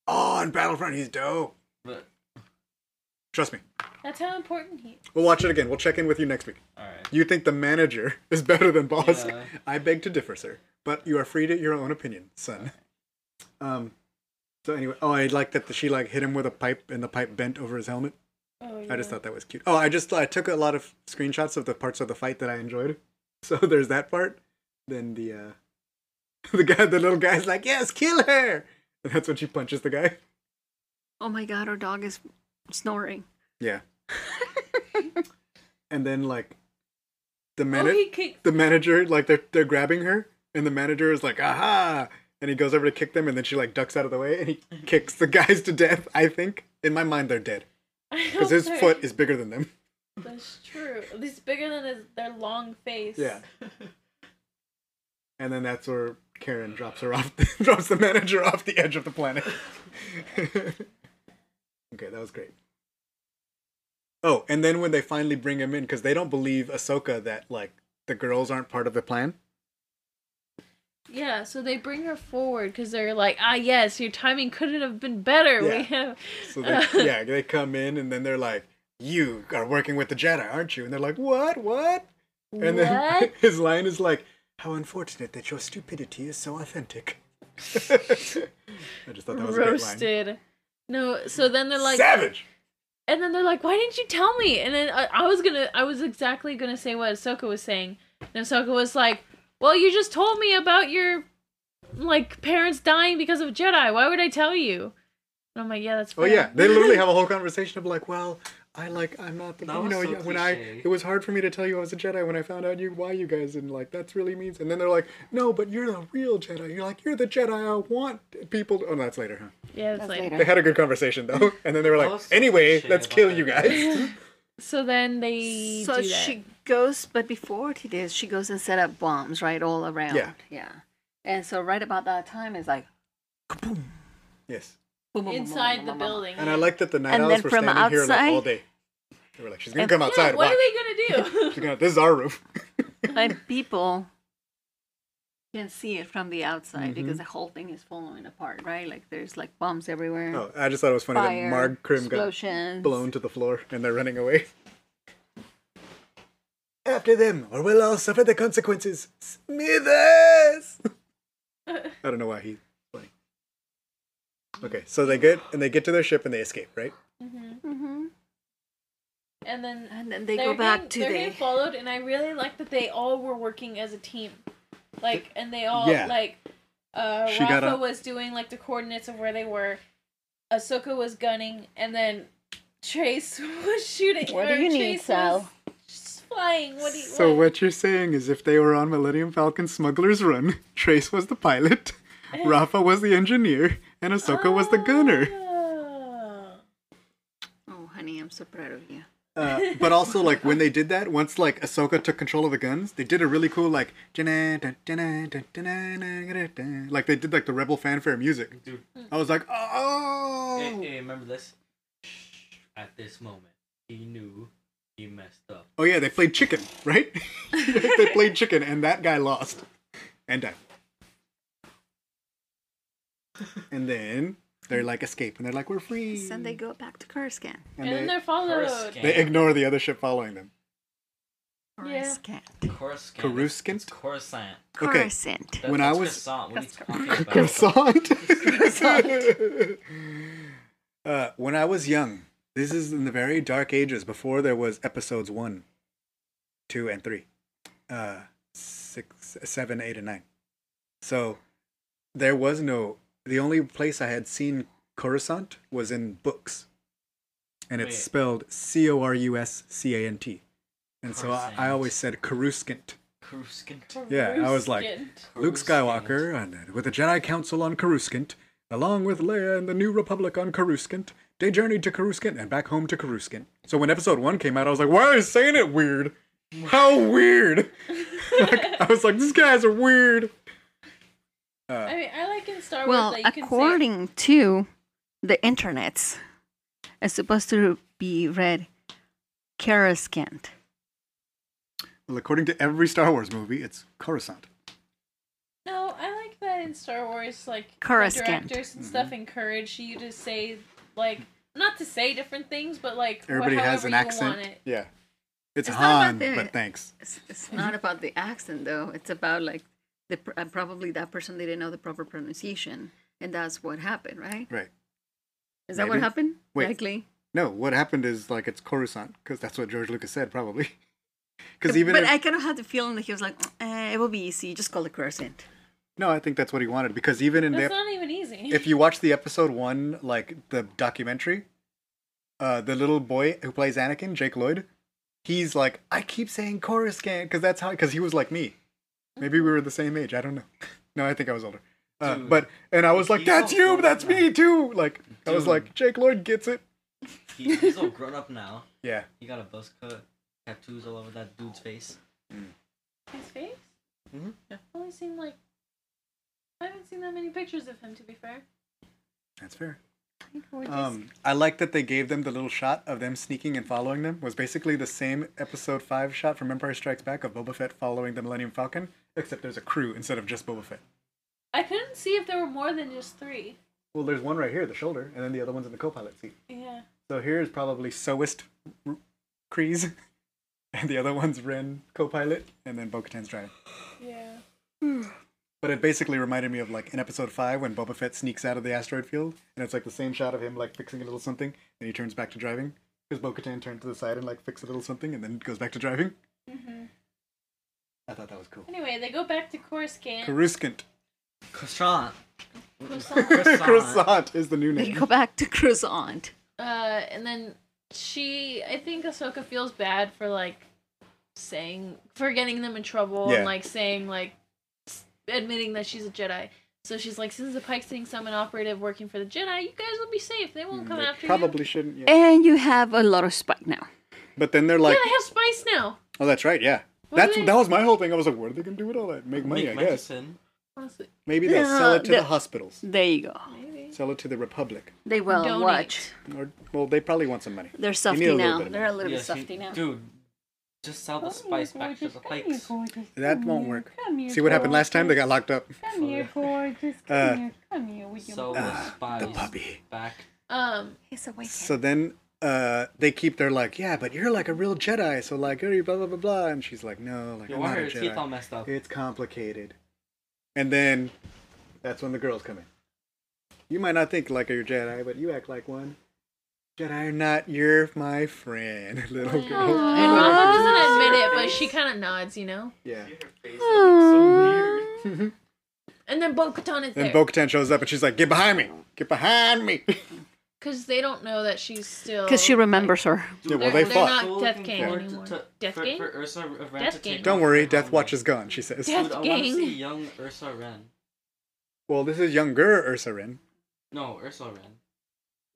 [SPEAKER 2] oh, on Battlefront, he's dope.
[SPEAKER 4] But
[SPEAKER 2] Trust me.
[SPEAKER 3] That's how important he is.
[SPEAKER 2] We'll watch it again. We'll check in with you next week.
[SPEAKER 4] all right.
[SPEAKER 2] You think the manager [laughs] is better than boss?
[SPEAKER 4] Yeah.
[SPEAKER 2] I beg to differ, sir. But you are free to your own opinion, son. Um. So anyway, oh, I like that she like hit him with a pipe, and the pipe bent over his helmet.
[SPEAKER 3] Oh, yeah.
[SPEAKER 2] I just thought that was cute. Oh, I just I took a lot of screenshots of the parts of the fight that I enjoyed. [laughs] So there's that part. Then the uh [laughs] the guy, the little guy's like, "Yes, kill her," and that's when she punches the guy.
[SPEAKER 1] Oh my god, our dog is snoring.
[SPEAKER 3] [laughs]
[SPEAKER 2] Yeah. and then like the
[SPEAKER 3] Oh,
[SPEAKER 2] minute
[SPEAKER 3] he kicked. [laughs]
[SPEAKER 2] the manager like they're they're grabbing her and the manager is like aha and he goes over to kick them and then she like ducks out of the way and
[SPEAKER 3] [laughs]
[SPEAKER 2] he kicks the guys to death i think in my mind they're dead because his foot is bigger than them
[SPEAKER 3] That's true. At least bigger than his, their long face. [laughs]
[SPEAKER 2] yeah and then that's where karen drops her off [laughs] drops the manager off the edge of the planet [laughs] okay that was great oh and then when they finally bring him in because they don't believe ahsoka that like the girls aren't part of the plan
[SPEAKER 3] Yeah, so they bring her forward because they're like, ah, yes, your timing couldn't have been better.
[SPEAKER 2] Yeah.
[SPEAKER 3] We have.
[SPEAKER 2] So
[SPEAKER 3] [laughs]
[SPEAKER 2] they, yeah, they come in and then they're like, "You are working with the Jedi, aren't you?" And they're like, "What? What?" And then [laughs]
[SPEAKER 3] What?
[SPEAKER 2] his line is like, "How unfortunate that your stupidity is so authentic." [laughs] I just thought that was a great line.
[SPEAKER 3] Roasted. No, so then
[SPEAKER 1] [laughs]
[SPEAKER 3] they're like,
[SPEAKER 2] Savage.
[SPEAKER 3] and then they're like, why didn't you tell me? And then I, I was gonna, I was exactly gonna say what Ahsoka was saying. And Ahsoka was like, well, you just told me about your, like, parents dying because of Jedi. Why would I tell you? And I'm like, yeah, that's.
[SPEAKER 2] Oh
[SPEAKER 3] fair."
[SPEAKER 2] yeah, they literally have
[SPEAKER 1] [laughs]
[SPEAKER 2] a whole conversation of like, "Well, I like I'm not the
[SPEAKER 4] That
[SPEAKER 2] you
[SPEAKER 4] was
[SPEAKER 2] know
[SPEAKER 4] so
[SPEAKER 2] when I
[SPEAKER 4] cliche.
[SPEAKER 2] it was hard for me to tell you I was a Jedi when I found out you why you guys didn't like that's really means." And then they're like, "No, but you're the real Jedi. You're like you're the Jedi I want people." To... Oh, that's later, huh?
[SPEAKER 3] [laughs] yeah, that's like.
[SPEAKER 2] They had a good conversation
[SPEAKER 4] [laughs]
[SPEAKER 2] though, and then they were
[SPEAKER 4] I
[SPEAKER 2] like,
[SPEAKER 4] was so
[SPEAKER 2] "Anyway,
[SPEAKER 4] appreciative
[SPEAKER 2] let's
[SPEAKER 4] of
[SPEAKER 2] kill
[SPEAKER 4] that.
[SPEAKER 2] you guys." [laughs]
[SPEAKER 3] So then they.
[SPEAKER 1] So
[SPEAKER 3] do that.
[SPEAKER 1] she goes, but before it is, she goes and set up bombs right all around.
[SPEAKER 2] Yeah.
[SPEAKER 1] yeah. And so right about that time, it's like
[SPEAKER 2] yes,
[SPEAKER 1] boom, boom, boom, boom,
[SPEAKER 3] inside
[SPEAKER 1] boom, [laughs]
[SPEAKER 3] the
[SPEAKER 1] boom, boom.
[SPEAKER 3] building.
[SPEAKER 2] and I like that the night
[SPEAKER 1] And
[SPEAKER 2] owls
[SPEAKER 1] then
[SPEAKER 2] were
[SPEAKER 1] from
[SPEAKER 2] standing here like all
[SPEAKER 1] outside-
[SPEAKER 2] day. They were like, "She's gonna
[SPEAKER 1] And-
[SPEAKER 2] come
[SPEAKER 1] [laughs]
[SPEAKER 3] Yeah,
[SPEAKER 2] outside.
[SPEAKER 3] what
[SPEAKER 2] watch.
[SPEAKER 3] are they gonna
[SPEAKER 2] [laughs] She's
[SPEAKER 3] do? [laughs]
[SPEAKER 2] gonna- this is our roof."
[SPEAKER 1] And people can see it from the outside
[SPEAKER 2] Mm-hmm.
[SPEAKER 1] because the whole thing is falling apart, right? Like there's like bombs everywhere.
[SPEAKER 2] [laughs] oh, I just thought it was funny
[SPEAKER 1] Fire,
[SPEAKER 2] that Marg Krim got
[SPEAKER 1] explosions.
[SPEAKER 2] blown to the floor, and they're running away. After them, or we'll all suffer the consequences.
[SPEAKER 3] [laughs]
[SPEAKER 2] Smithers. I don't know why he's funny. Okay, so they get and they get to their ship and they escape, right?
[SPEAKER 1] hmm
[SPEAKER 3] and then
[SPEAKER 1] And then they
[SPEAKER 3] they're
[SPEAKER 1] go back
[SPEAKER 3] being-
[SPEAKER 1] to
[SPEAKER 3] they're
[SPEAKER 1] the.
[SPEAKER 3] being followed, and I really like that they all were working as a team, like and they all
[SPEAKER 2] Yeah.
[SPEAKER 3] like. Uh,
[SPEAKER 2] She got
[SPEAKER 3] Rafa
[SPEAKER 2] a-
[SPEAKER 3] was doing like the coordinates of where they were. Ahsoka was gunning, and then Trace [laughs] was shooting.
[SPEAKER 1] What do
[SPEAKER 3] or
[SPEAKER 1] you need,
[SPEAKER 3] Trace
[SPEAKER 1] Sal?
[SPEAKER 3] was just flying. What do you?
[SPEAKER 2] So
[SPEAKER 3] what?
[SPEAKER 2] what you're saying is if they were on Millennium Falcon Smuggler's Run, [laughs] Trace was the
[SPEAKER 3] [laughs]
[SPEAKER 2] pilot, Rafa was the engineer, and Ahsoka was the
[SPEAKER 3] Oh.
[SPEAKER 2] gunner.
[SPEAKER 3] Ah.
[SPEAKER 1] Oh, honey, I'm so proud of you.
[SPEAKER 2] Uh, but also, like when they did that, once like Ahsoka took control of the guns, they did a really cool like like they did like the rebel fanfare music.
[SPEAKER 4] [laughs] Dude,
[SPEAKER 2] I was like,
[SPEAKER 4] hey,
[SPEAKER 2] oh,
[SPEAKER 4] hey, remember this? At this moment, he knew he messed up.
[SPEAKER 2] oh yeah, they played chicken, right? [laughs] they played chicken, and that guy lost and died. And then they're like escape, and they're like, we're free.
[SPEAKER 1] And
[SPEAKER 3] Mm.
[SPEAKER 1] they go back to Kurskan.
[SPEAKER 3] And,
[SPEAKER 2] and
[SPEAKER 3] then
[SPEAKER 2] they,
[SPEAKER 3] they're followed.
[SPEAKER 4] Coruscant.
[SPEAKER 2] they ignore the other ship following them.
[SPEAKER 3] Yeah.
[SPEAKER 1] Kurskan.
[SPEAKER 4] Coruscant.
[SPEAKER 2] Coruscant?
[SPEAKER 4] It's Coruscant.
[SPEAKER 2] Okay.
[SPEAKER 1] Coruscant.
[SPEAKER 4] That-
[SPEAKER 2] When
[SPEAKER 4] that's
[SPEAKER 2] I was- [laughs]
[SPEAKER 4] croissant. What are you
[SPEAKER 1] That's
[SPEAKER 4] talking about?
[SPEAKER 2] Croissant.
[SPEAKER 1] Croissant.
[SPEAKER 2] [laughs] Uh, when I was young, this is in the very dark ages before there was episodes one, two, and three, uh, six, seven, eight, and nine. So there was no. The only place I had seen Coruscant was in books, and it's
[SPEAKER 4] Wait.
[SPEAKER 2] spelled C O R U S C A N T, and so I, I
[SPEAKER 4] Coruscant.
[SPEAKER 2] always said Coruscant.
[SPEAKER 4] Coruscant.
[SPEAKER 2] Yeah, I was like- uh,
[SPEAKER 3] Coruscant.
[SPEAKER 2] Luke Skywalker on, with the Jedi Council on Coruscant, along with Leia and the New Republic on Coruscant. They journeyed to Coruscant and back home to Coruscant. So when Episode One came out, I was like, "Why are you saying it weird? How weird!" [laughs] Like, I was like, "These guys are weird."
[SPEAKER 3] I mean, I like in Star Wars
[SPEAKER 1] Well,
[SPEAKER 3] that you can say
[SPEAKER 1] according to the internets, it's supposed to be read Karaskant.
[SPEAKER 2] Well, according to every Star Wars movie, it's Coruscant.
[SPEAKER 3] No, I like that in Star Wars, like the
[SPEAKER 1] Coruscant.
[SPEAKER 3] directors and
[SPEAKER 2] Mm-hmm.
[SPEAKER 3] stuff encourage you to say like not to say different things, but like wh-
[SPEAKER 2] Everybody has
[SPEAKER 3] however
[SPEAKER 2] an
[SPEAKER 3] you
[SPEAKER 2] accent.
[SPEAKER 3] Want it.
[SPEAKER 2] Yeah, it's,
[SPEAKER 1] It's not
[SPEAKER 2] Han,
[SPEAKER 1] about the-
[SPEAKER 2] but thanks.
[SPEAKER 1] It's, it's not about the accent, though. It's about like the pr- uh, probably that person didn't know the proper pronunciation, and that's what happened, right?
[SPEAKER 2] Right.
[SPEAKER 1] Is that what
[SPEAKER 2] Maybe.
[SPEAKER 1] happened?
[SPEAKER 2] Wait.
[SPEAKER 1] Likely.
[SPEAKER 2] No, what happened is like it's Coruscant because that's what George Lucas said, probably. [laughs] Because even
[SPEAKER 1] but
[SPEAKER 2] if-
[SPEAKER 1] I kind of had the feeling that he was like, eh, it will be easy. Just call it Crescent.
[SPEAKER 2] no, I think that's what he wanted. Because even in the
[SPEAKER 3] That's not even easy.
[SPEAKER 2] if you watch the episode one, like the documentary, uh, the little boy who plays Anakin, Jake Lloyd, he's like, I keep saying Coruscant because that's how, because he was like me. Maybe we were the same age. I don't know. [laughs] No, I think I was older. Uh,
[SPEAKER 4] Dude.
[SPEAKER 2] but and I was like,
[SPEAKER 4] He's
[SPEAKER 2] that's
[SPEAKER 4] so
[SPEAKER 2] you,
[SPEAKER 4] grown
[SPEAKER 2] that's
[SPEAKER 4] now.
[SPEAKER 2] me too. Like I was
[SPEAKER 4] Dude.
[SPEAKER 2] like, Jake Lloyd gets it.
[SPEAKER 4] He, he's all grown up now.
[SPEAKER 2] Yeah,
[SPEAKER 4] He got a buzz cut, tattoos all over that dude's face.
[SPEAKER 3] [laughs] His face?
[SPEAKER 2] Mm-hmm.
[SPEAKER 4] Mhm.
[SPEAKER 3] I've only seen like I haven't seen that many pictures of him to be fair.
[SPEAKER 2] that's fair.
[SPEAKER 3] He's gorgeous.
[SPEAKER 2] Um, I like that they gave them the little shot of them sneaking and following them. Was basically the same episode five shot from Empire Strikes Back of Boba Fett following the Millennium Falcon, except there's a crew instead of just Boba Fett.
[SPEAKER 3] I couldn't see if there were more than just three.
[SPEAKER 2] Well, there's one right here, the shoulder, and then the other one's in the co-pilot seat.
[SPEAKER 3] Yeah.
[SPEAKER 2] So here is probably Soist R- Kreese, [laughs] and the other one's Ren co-pilot, and then Bo-Katan's driving.
[SPEAKER 3] Yeah.
[SPEAKER 2] But it basically reminded me of like in episode five when Boba Fett sneaks out of the asteroid field, and it's like the same shot of him like fixing a little something, and he turns back to driving because Bo-Katan turned to the side and like fixed a little something, and then goes back to driving.
[SPEAKER 3] hmm
[SPEAKER 2] I thought that was cool.
[SPEAKER 3] Anyway, they go back to Coruscant.
[SPEAKER 2] [laughs] Coruscant.
[SPEAKER 4] Croissant.
[SPEAKER 3] Coruscant.
[SPEAKER 2] [laughs]
[SPEAKER 4] Croissant.
[SPEAKER 2] Croissant is the new
[SPEAKER 1] They
[SPEAKER 2] name.
[SPEAKER 1] go back to Crescent.
[SPEAKER 3] uh, and then she, I think Ahsoka feels bad for like saying for getting them in trouble
[SPEAKER 2] Yeah.
[SPEAKER 3] and like saying like s- admitting that she's a Jedi. So she's like, since the Pike's sitting summon operative working for the Jedi, you guys will be safe. They won't come
[SPEAKER 2] They
[SPEAKER 3] after
[SPEAKER 2] probably
[SPEAKER 3] you. Eh.
[SPEAKER 2] shouldn't. Yeah.
[SPEAKER 1] And you have a lot of spike now.
[SPEAKER 2] But then they're like,
[SPEAKER 3] yeah, they have spice now.
[SPEAKER 2] Oh, that's right. Yeah,
[SPEAKER 3] What
[SPEAKER 2] that's
[SPEAKER 3] do they-
[SPEAKER 2] that was my whole thing. I was like, what are they gonna do with all that? Make money,
[SPEAKER 4] Nick
[SPEAKER 2] I guess.
[SPEAKER 4] Matheson.
[SPEAKER 3] Honestly,
[SPEAKER 2] Maybe they'll sell it to
[SPEAKER 1] Yeah,
[SPEAKER 2] the
[SPEAKER 1] the-
[SPEAKER 2] hospitals,
[SPEAKER 1] There you go.
[SPEAKER 3] maybe.
[SPEAKER 2] sell it to the republic,
[SPEAKER 1] They will
[SPEAKER 3] Donate.
[SPEAKER 1] watch.
[SPEAKER 2] or well, they probably want some money.
[SPEAKER 1] They're
[SPEAKER 2] They need
[SPEAKER 1] softy
[SPEAKER 2] a little
[SPEAKER 1] now.
[SPEAKER 2] bit of
[SPEAKER 1] They're a little bit
[SPEAKER 4] Yes, you-
[SPEAKER 1] softy now.
[SPEAKER 4] Dude, just sell the spice back to the pikes.
[SPEAKER 2] That won't work. See what happened last time? They got locked up.
[SPEAKER 5] Come here, gorgeous. Come
[SPEAKER 2] Uh,
[SPEAKER 5] here. Come here with your
[SPEAKER 4] Sell the spice
[SPEAKER 2] Ah, puppy.
[SPEAKER 4] back.
[SPEAKER 3] Um,
[SPEAKER 1] He's awake.
[SPEAKER 2] So then uh, they keep. They're like, yeah, but you're like a real Jedi, so like, you're blah blah blah blah. And she's like, no, like
[SPEAKER 4] Yo,
[SPEAKER 2] I'm
[SPEAKER 4] why
[SPEAKER 2] not
[SPEAKER 4] are
[SPEAKER 2] a
[SPEAKER 4] your teeth all
[SPEAKER 2] Jedi.
[SPEAKER 4] messed up?
[SPEAKER 2] It's complicated. And then that's when the girls come in. You might not think like you're a Jedi, but you act like one. Jedi or not, you're my friend, [laughs] little girl.
[SPEAKER 3] and Rafa doesn't admit it, but she kind of nods, you know.
[SPEAKER 2] Yeah.
[SPEAKER 1] [laughs]
[SPEAKER 3] And then Bo Katan is
[SPEAKER 2] Then
[SPEAKER 3] there
[SPEAKER 2] Bo Katan shows up and she's like, Get behind me! Get behind
[SPEAKER 1] [laughs]
[SPEAKER 2] me!
[SPEAKER 3] because they don't know that she's still
[SPEAKER 1] Because she remembers her.
[SPEAKER 2] yeah, well, they
[SPEAKER 3] They're- they're
[SPEAKER 2] fought.
[SPEAKER 3] not
[SPEAKER 4] So
[SPEAKER 3] Death
[SPEAKER 4] looking
[SPEAKER 3] Gang
[SPEAKER 4] forward
[SPEAKER 3] anymore.
[SPEAKER 4] to-
[SPEAKER 3] Death
[SPEAKER 4] for-
[SPEAKER 3] Gang?
[SPEAKER 4] for Ursa Ren
[SPEAKER 3] Death
[SPEAKER 4] to
[SPEAKER 3] Gang.
[SPEAKER 4] take
[SPEAKER 2] Don't
[SPEAKER 4] off
[SPEAKER 2] worry,
[SPEAKER 4] her
[SPEAKER 2] Death
[SPEAKER 4] helmet.
[SPEAKER 2] Watch is gone, she says.
[SPEAKER 3] Death
[SPEAKER 4] Dude, I want to see
[SPEAKER 3] Gang.
[SPEAKER 4] young Ursa Ren.
[SPEAKER 2] Well, this is younger Ursa Ren.
[SPEAKER 4] No, Ursa Ren.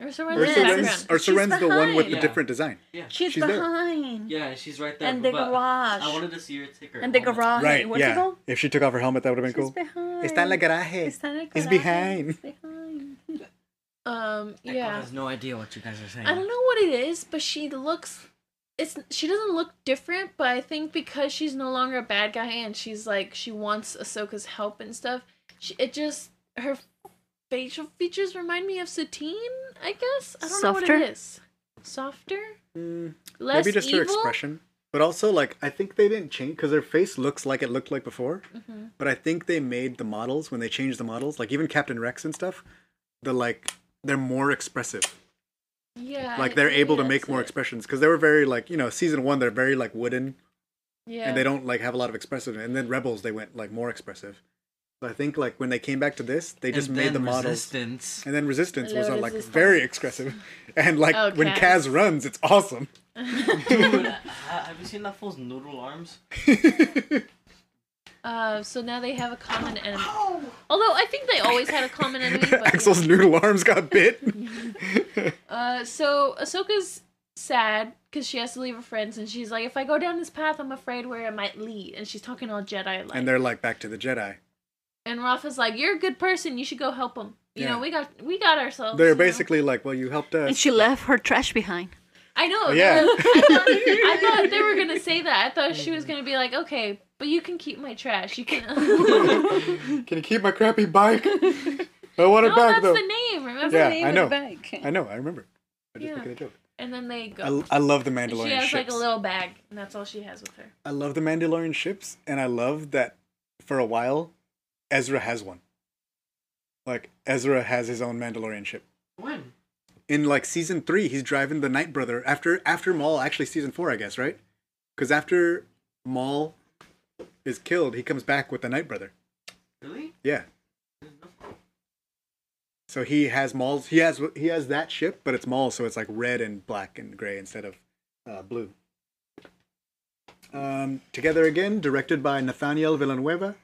[SPEAKER 3] Ursa Ren's
[SPEAKER 2] Ursa
[SPEAKER 3] in the
[SPEAKER 1] Ren's-
[SPEAKER 3] background.
[SPEAKER 2] Ursa
[SPEAKER 1] She's
[SPEAKER 2] Ren's the one with the
[SPEAKER 4] behind.
[SPEAKER 2] different design.
[SPEAKER 4] Yeah.
[SPEAKER 1] She's,
[SPEAKER 2] She's there.
[SPEAKER 1] behind.
[SPEAKER 4] Yeah, and she's right there.
[SPEAKER 1] And the
[SPEAKER 4] but
[SPEAKER 1] garage.
[SPEAKER 4] I wanted to see her take her.
[SPEAKER 1] And the
[SPEAKER 4] helmet
[SPEAKER 1] garage.
[SPEAKER 4] off.
[SPEAKER 2] Right,
[SPEAKER 1] What's it
[SPEAKER 2] yeah.
[SPEAKER 1] called?
[SPEAKER 2] If she took off her helmet, that would have been
[SPEAKER 1] She's
[SPEAKER 2] cool.
[SPEAKER 1] behind.
[SPEAKER 2] Está en la garaje.
[SPEAKER 1] Está en el
[SPEAKER 2] It's
[SPEAKER 1] garaje.
[SPEAKER 2] behind.
[SPEAKER 1] It's behind.
[SPEAKER 3] Um,
[SPEAKER 4] Echo
[SPEAKER 3] yeah.
[SPEAKER 4] has no idea what you guys are saying.
[SPEAKER 3] I don't know what it is, but she looks. It's she doesn't look different, but I think because she's no longer a bad guy and she's like she wants Ahsoka's help and stuff. She, it just her facial features remind me of Satine. I guess I don't know
[SPEAKER 1] Softer?
[SPEAKER 3] what it is. Softer,
[SPEAKER 2] Mm,
[SPEAKER 3] less
[SPEAKER 2] Maybe just
[SPEAKER 3] evil.
[SPEAKER 2] her expression. But also, like, I think they didn't change because her face looks like it looked like before.
[SPEAKER 1] Mm-hmm.
[SPEAKER 2] But I think they made the models when they changed the models, like even Captain Rex and stuff. They're like they're more expressive.
[SPEAKER 3] Yeah.
[SPEAKER 2] Like they're able to
[SPEAKER 3] yeah,
[SPEAKER 2] make
[SPEAKER 3] that's
[SPEAKER 2] more
[SPEAKER 3] it.
[SPEAKER 2] expressions because they were very like you know season one they're very like wooden
[SPEAKER 3] Yeah.
[SPEAKER 2] and they don't like have a lot of expressive and then Rebels they went like more expressive. So I think like when they came back to this they just
[SPEAKER 4] And
[SPEAKER 2] made
[SPEAKER 4] then
[SPEAKER 2] the models [laughs]
[SPEAKER 4] Resistance.
[SPEAKER 2] and then Resistance was
[SPEAKER 3] Hello,
[SPEAKER 2] uh, like
[SPEAKER 3] Resistance.
[SPEAKER 2] very expressive [laughs] and like
[SPEAKER 3] Oh,
[SPEAKER 2] when
[SPEAKER 3] Kaz.
[SPEAKER 2] Kaz runs it's awesome.
[SPEAKER 4] Dude, ha- have you seen that fool's noodle arms?
[SPEAKER 3] Uh, so now they have a common enemy. Although I think they always had a
[SPEAKER 2] [laughs]
[SPEAKER 3] common enemy. But
[SPEAKER 2] Axel's noodle arms got bit.
[SPEAKER 3] [laughs] Uh, so Ahsoka's sad because she has to leave her friends, and she's like, "If I go down this path, I'm afraid where it might lead." And she's talking all Jedi like.
[SPEAKER 2] and
[SPEAKER 3] And,
[SPEAKER 2] they're like back to the Jedi.
[SPEAKER 3] Rafa's like, "You're a good person. You should go help them. You
[SPEAKER 2] Yeah.
[SPEAKER 3] know, we got we got ourselves." you
[SPEAKER 2] They're
[SPEAKER 3] know."
[SPEAKER 2] basically like, well, you helped us.
[SPEAKER 1] And she left her trash behind.
[SPEAKER 3] [laughs] I know.
[SPEAKER 2] Oh, Yeah.
[SPEAKER 3] Yeah. I
[SPEAKER 2] [laughs]
[SPEAKER 3] thought they were gonna say that. I thought she was gonna be like, "Okay, but you can keep my trash. You can." [laughs] no,
[SPEAKER 2] [laughs] Can you keep my crappy
[SPEAKER 3] [laughs]
[SPEAKER 2] bike? I want it back
[SPEAKER 3] that's
[SPEAKER 2] though.
[SPEAKER 3] the name. Remember?
[SPEAKER 2] Yeah,
[SPEAKER 5] the name
[SPEAKER 2] I
[SPEAKER 5] of
[SPEAKER 2] know.
[SPEAKER 5] the bag.
[SPEAKER 2] I know. I remember. I just
[SPEAKER 3] Yeah.
[SPEAKER 2] making a joke.
[SPEAKER 3] And then they go.
[SPEAKER 2] I, I love the
[SPEAKER 3] And she
[SPEAKER 2] Mandalorian
[SPEAKER 3] has
[SPEAKER 2] ships.
[SPEAKER 3] like a little bag, and that's all she has with her.
[SPEAKER 2] I love the Mandalorian ships, and I love that for a while, Ezra has one. Like Ezra has his own Mandalorian ship.
[SPEAKER 4] When?
[SPEAKER 2] In like season three, he's driving the Night Brother after after Maul. Actually, season four, I guess, right? Because after Maul is killed, he comes back with the Night Brother.
[SPEAKER 4] Really?
[SPEAKER 2] Yeah. So he has Maul's. He has he has that ship, but it's Maul, so it's like red and black and gray instead of uh, blue. Um, Together again, directed by Nathaniel Villanueva,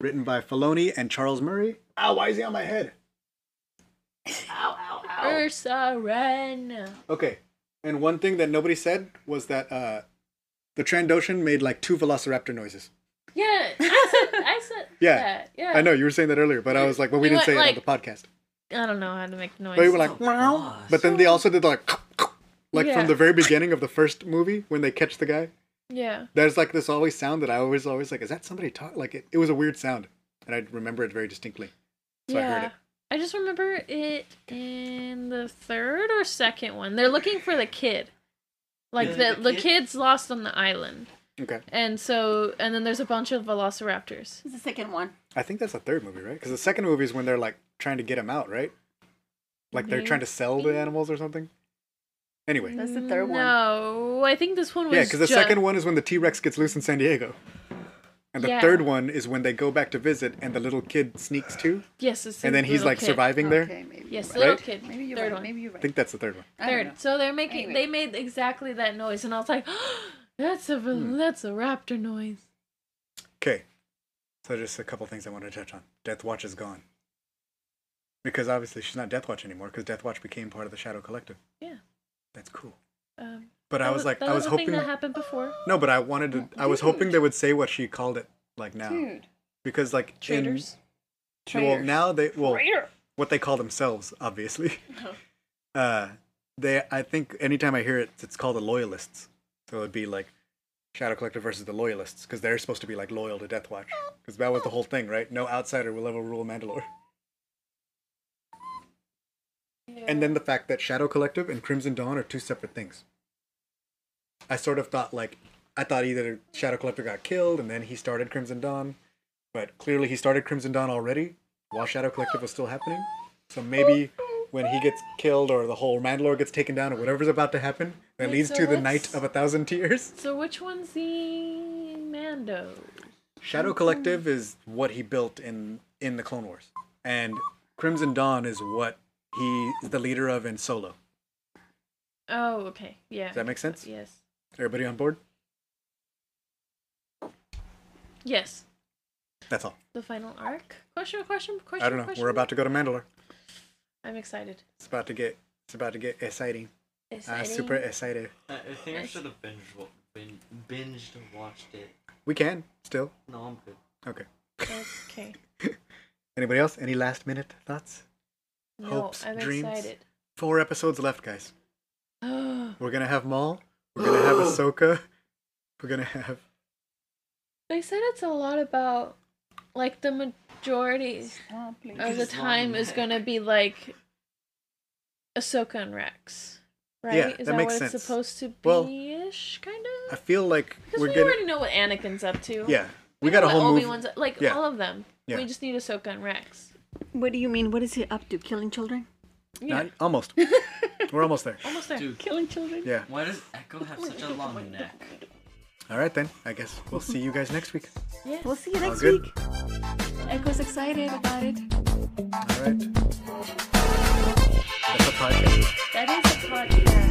[SPEAKER 2] written by Filoni and Charles Murray. Ow! Why is he on my head?
[SPEAKER 3] Ursa Ren.
[SPEAKER 2] Okay. And one thing that nobody said was that uh, the Trandoshan made like two Velociraptor noises.
[SPEAKER 3] Yeah, I said, I said
[SPEAKER 2] [laughs] Yeah.
[SPEAKER 3] that. Yeah,
[SPEAKER 2] I know you were saying that earlier, but I was like, well, we
[SPEAKER 3] You
[SPEAKER 2] didn't say it
[SPEAKER 3] went,
[SPEAKER 2] on the podcast.
[SPEAKER 3] I don't know how to make noise.
[SPEAKER 2] But we were like,
[SPEAKER 4] gosh.
[SPEAKER 2] but then they also did like, like
[SPEAKER 3] Yeah.
[SPEAKER 2] from the very beginning of the first movie when they catch the guy.
[SPEAKER 3] yeah,
[SPEAKER 2] There's like this always sound that I always always like. Is that somebody talk? Like it, it was a weird sound, and I remember it very distinctly. So I
[SPEAKER 3] yeah.
[SPEAKER 2] heard it.
[SPEAKER 3] I just remember it in the third or second one. They're looking for the kid. Like
[SPEAKER 4] Yeah.
[SPEAKER 3] the
[SPEAKER 4] The
[SPEAKER 3] the
[SPEAKER 4] kid?
[SPEAKER 3] kid's lost on the island,
[SPEAKER 2] Okay,
[SPEAKER 3] and so and then there's a bunch of velociraptors.
[SPEAKER 1] This is the second one.
[SPEAKER 2] I think that's the third movie, right? Because the second movie is when they're like trying to get him out, right? Like they're trying to sell the animals or something. Anyway,
[SPEAKER 1] That's the third one.
[SPEAKER 3] No, I think this one was.
[SPEAKER 2] yeah, because the
[SPEAKER 3] ju-
[SPEAKER 2] second one is when the T Rex gets loose in San Diego, and the
[SPEAKER 3] Yeah.
[SPEAKER 2] third one is when they go back to visit, and the little kid sneaks too,
[SPEAKER 3] Yes, it's the
[SPEAKER 2] and then he's
[SPEAKER 3] little
[SPEAKER 2] like
[SPEAKER 3] kid.
[SPEAKER 2] surviving there.
[SPEAKER 5] Okay, maybe.
[SPEAKER 3] Yes,
[SPEAKER 5] you're
[SPEAKER 3] the
[SPEAKER 5] right.
[SPEAKER 3] little
[SPEAKER 2] Right?
[SPEAKER 3] kid.
[SPEAKER 5] Maybe you're
[SPEAKER 3] third
[SPEAKER 5] right.
[SPEAKER 3] one.
[SPEAKER 5] Maybe you're
[SPEAKER 2] I
[SPEAKER 5] right.
[SPEAKER 2] think that's the third one.
[SPEAKER 5] I don't
[SPEAKER 3] Third.
[SPEAKER 5] know.
[SPEAKER 3] So they're making
[SPEAKER 5] Anyway.
[SPEAKER 3] they made exactly that noise, and I was like, [gasps] that's a
[SPEAKER 2] Hmm.
[SPEAKER 3] vel- that's a raptor noise.
[SPEAKER 2] Okay. So just a couple things I wanted to touch on. Death Watch is gone. Because obviously she's not Death Watch anymore because Death Watch became part of the Shadow Collective.
[SPEAKER 3] Yeah.
[SPEAKER 2] That's cool.
[SPEAKER 3] Um,
[SPEAKER 2] But I
[SPEAKER 3] that
[SPEAKER 2] was like
[SPEAKER 3] that
[SPEAKER 2] I was
[SPEAKER 3] a
[SPEAKER 2] hoping
[SPEAKER 3] thing that happened before.
[SPEAKER 2] No, but I wanted to I was hoping they would say what she called it like now.
[SPEAKER 5] Dude.
[SPEAKER 2] Because like
[SPEAKER 3] Traitors.
[SPEAKER 2] in well
[SPEAKER 5] Traitors.
[SPEAKER 2] now they well what they call themselves obviously.
[SPEAKER 3] Uh-huh.
[SPEAKER 2] [laughs] uh they I think anytime I hear it it's called the loyalists. So it'd be like Shadow Collective versus the loyalists because they're supposed to be like loyal to Death Watch because that was the whole thing, right? No outsider will ever rule Mandalore. And then the fact that Shadow Collective and Crimson Dawn are two separate things. I sort of thought like I thought either Shadow Collective got killed and then he started Crimson Dawn, but clearly he started Crimson Dawn already while Shadow Collective was still happening. So maybe when he gets killed or the whole Mandalore gets taken down or whatever's about to happen, that
[SPEAKER 3] Wait,
[SPEAKER 2] leads
[SPEAKER 3] so
[SPEAKER 2] to the
[SPEAKER 3] what's-
[SPEAKER 2] Night of a Thousand Tears.
[SPEAKER 3] So which one's the Mando?
[SPEAKER 2] Shadow Collective is what he built in in the Clone Wars, and Crimson Dawn is what he is the leader of in Solo.
[SPEAKER 3] Oh, okay, yeah.
[SPEAKER 2] Does that make sense?
[SPEAKER 3] Yes,
[SPEAKER 2] Everybody on board?
[SPEAKER 3] yes.
[SPEAKER 2] That's all.
[SPEAKER 3] The final arc? Question? Question? Question?
[SPEAKER 2] I don't know.
[SPEAKER 3] Question?
[SPEAKER 2] We're about to go to Mandalore.
[SPEAKER 3] I'm excited.
[SPEAKER 2] It's about to get it's about to get exciting. I'm
[SPEAKER 3] Exciting.
[SPEAKER 2] Ah, super [laughs] excited.
[SPEAKER 4] I, Uh, I think I should have binge, wa- bin, binged watched it.
[SPEAKER 2] We can still.
[SPEAKER 4] No, I'm good.
[SPEAKER 2] Okay.
[SPEAKER 3] Okay.
[SPEAKER 2] Anybody else? Any last minute thoughts?
[SPEAKER 3] No,
[SPEAKER 2] Hopes,
[SPEAKER 3] I'm
[SPEAKER 2] dreams.
[SPEAKER 3] excited. [gasps]
[SPEAKER 2] Four episodes left, guys.
[SPEAKER 3] Oh,
[SPEAKER 2] We're gonna have Maul. We're gonna
[SPEAKER 3] [gasps]
[SPEAKER 2] have Ahsoka. We're gonna have
[SPEAKER 3] they said it's a lot about like the majority
[SPEAKER 5] Oh, please.
[SPEAKER 3] of the
[SPEAKER 4] Just long
[SPEAKER 3] time is
[SPEAKER 4] neck.
[SPEAKER 3] gonna be like Ahsoka and Rex, right?
[SPEAKER 2] Yeah,
[SPEAKER 3] is
[SPEAKER 2] that
[SPEAKER 3] that,
[SPEAKER 2] makes
[SPEAKER 3] what
[SPEAKER 2] sense.
[SPEAKER 3] it's supposed to
[SPEAKER 2] Well,
[SPEAKER 3] be ish, kind
[SPEAKER 2] I
[SPEAKER 3] of?
[SPEAKER 2] feel like
[SPEAKER 3] Because
[SPEAKER 2] we're
[SPEAKER 3] we
[SPEAKER 2] gonna
[SPEAKER 3] already know what Anakin's up to.
[SPEAKER 2] Yeah. We, got a
[SPEAKER 3] know what
[SPEAKER 2] whole movie.
[SPEAKER 3] Obi-Wan's like
[SPEAKER 2] Yeah.
[SPEAKER 3] all of them.
[SPEAKER 2] Yeah.
[SPEAKER 3] We just need Ahsoka and Rex.
[SPEAKER 1] What do you mean? What is he up to? Killing children?
[SPEAKER 3] [laughs] Yeah.
[SPEAKER 2] Not- almost. We're almost there.
[SPEAKER 3] Almost there.
[SPEAKER 4] Dude,
[SPEAKER 5] Killing children.
[SPEAKER 2] Yeah.
[SPEAKER 4] why does Echo have such a long neck?
[SPEAKER 2] All right then. I guess we'll see you guys next week.
[SPEAKER 3] Yes.
[SPEAKER 1] We'll see you next
[SPEAKER 2] good.
[SPEAKER 1] week. Echo's excited about it.
[SPEAKER 2] All right. That's a podcast.
[SPEAKER 3] That is a podcast.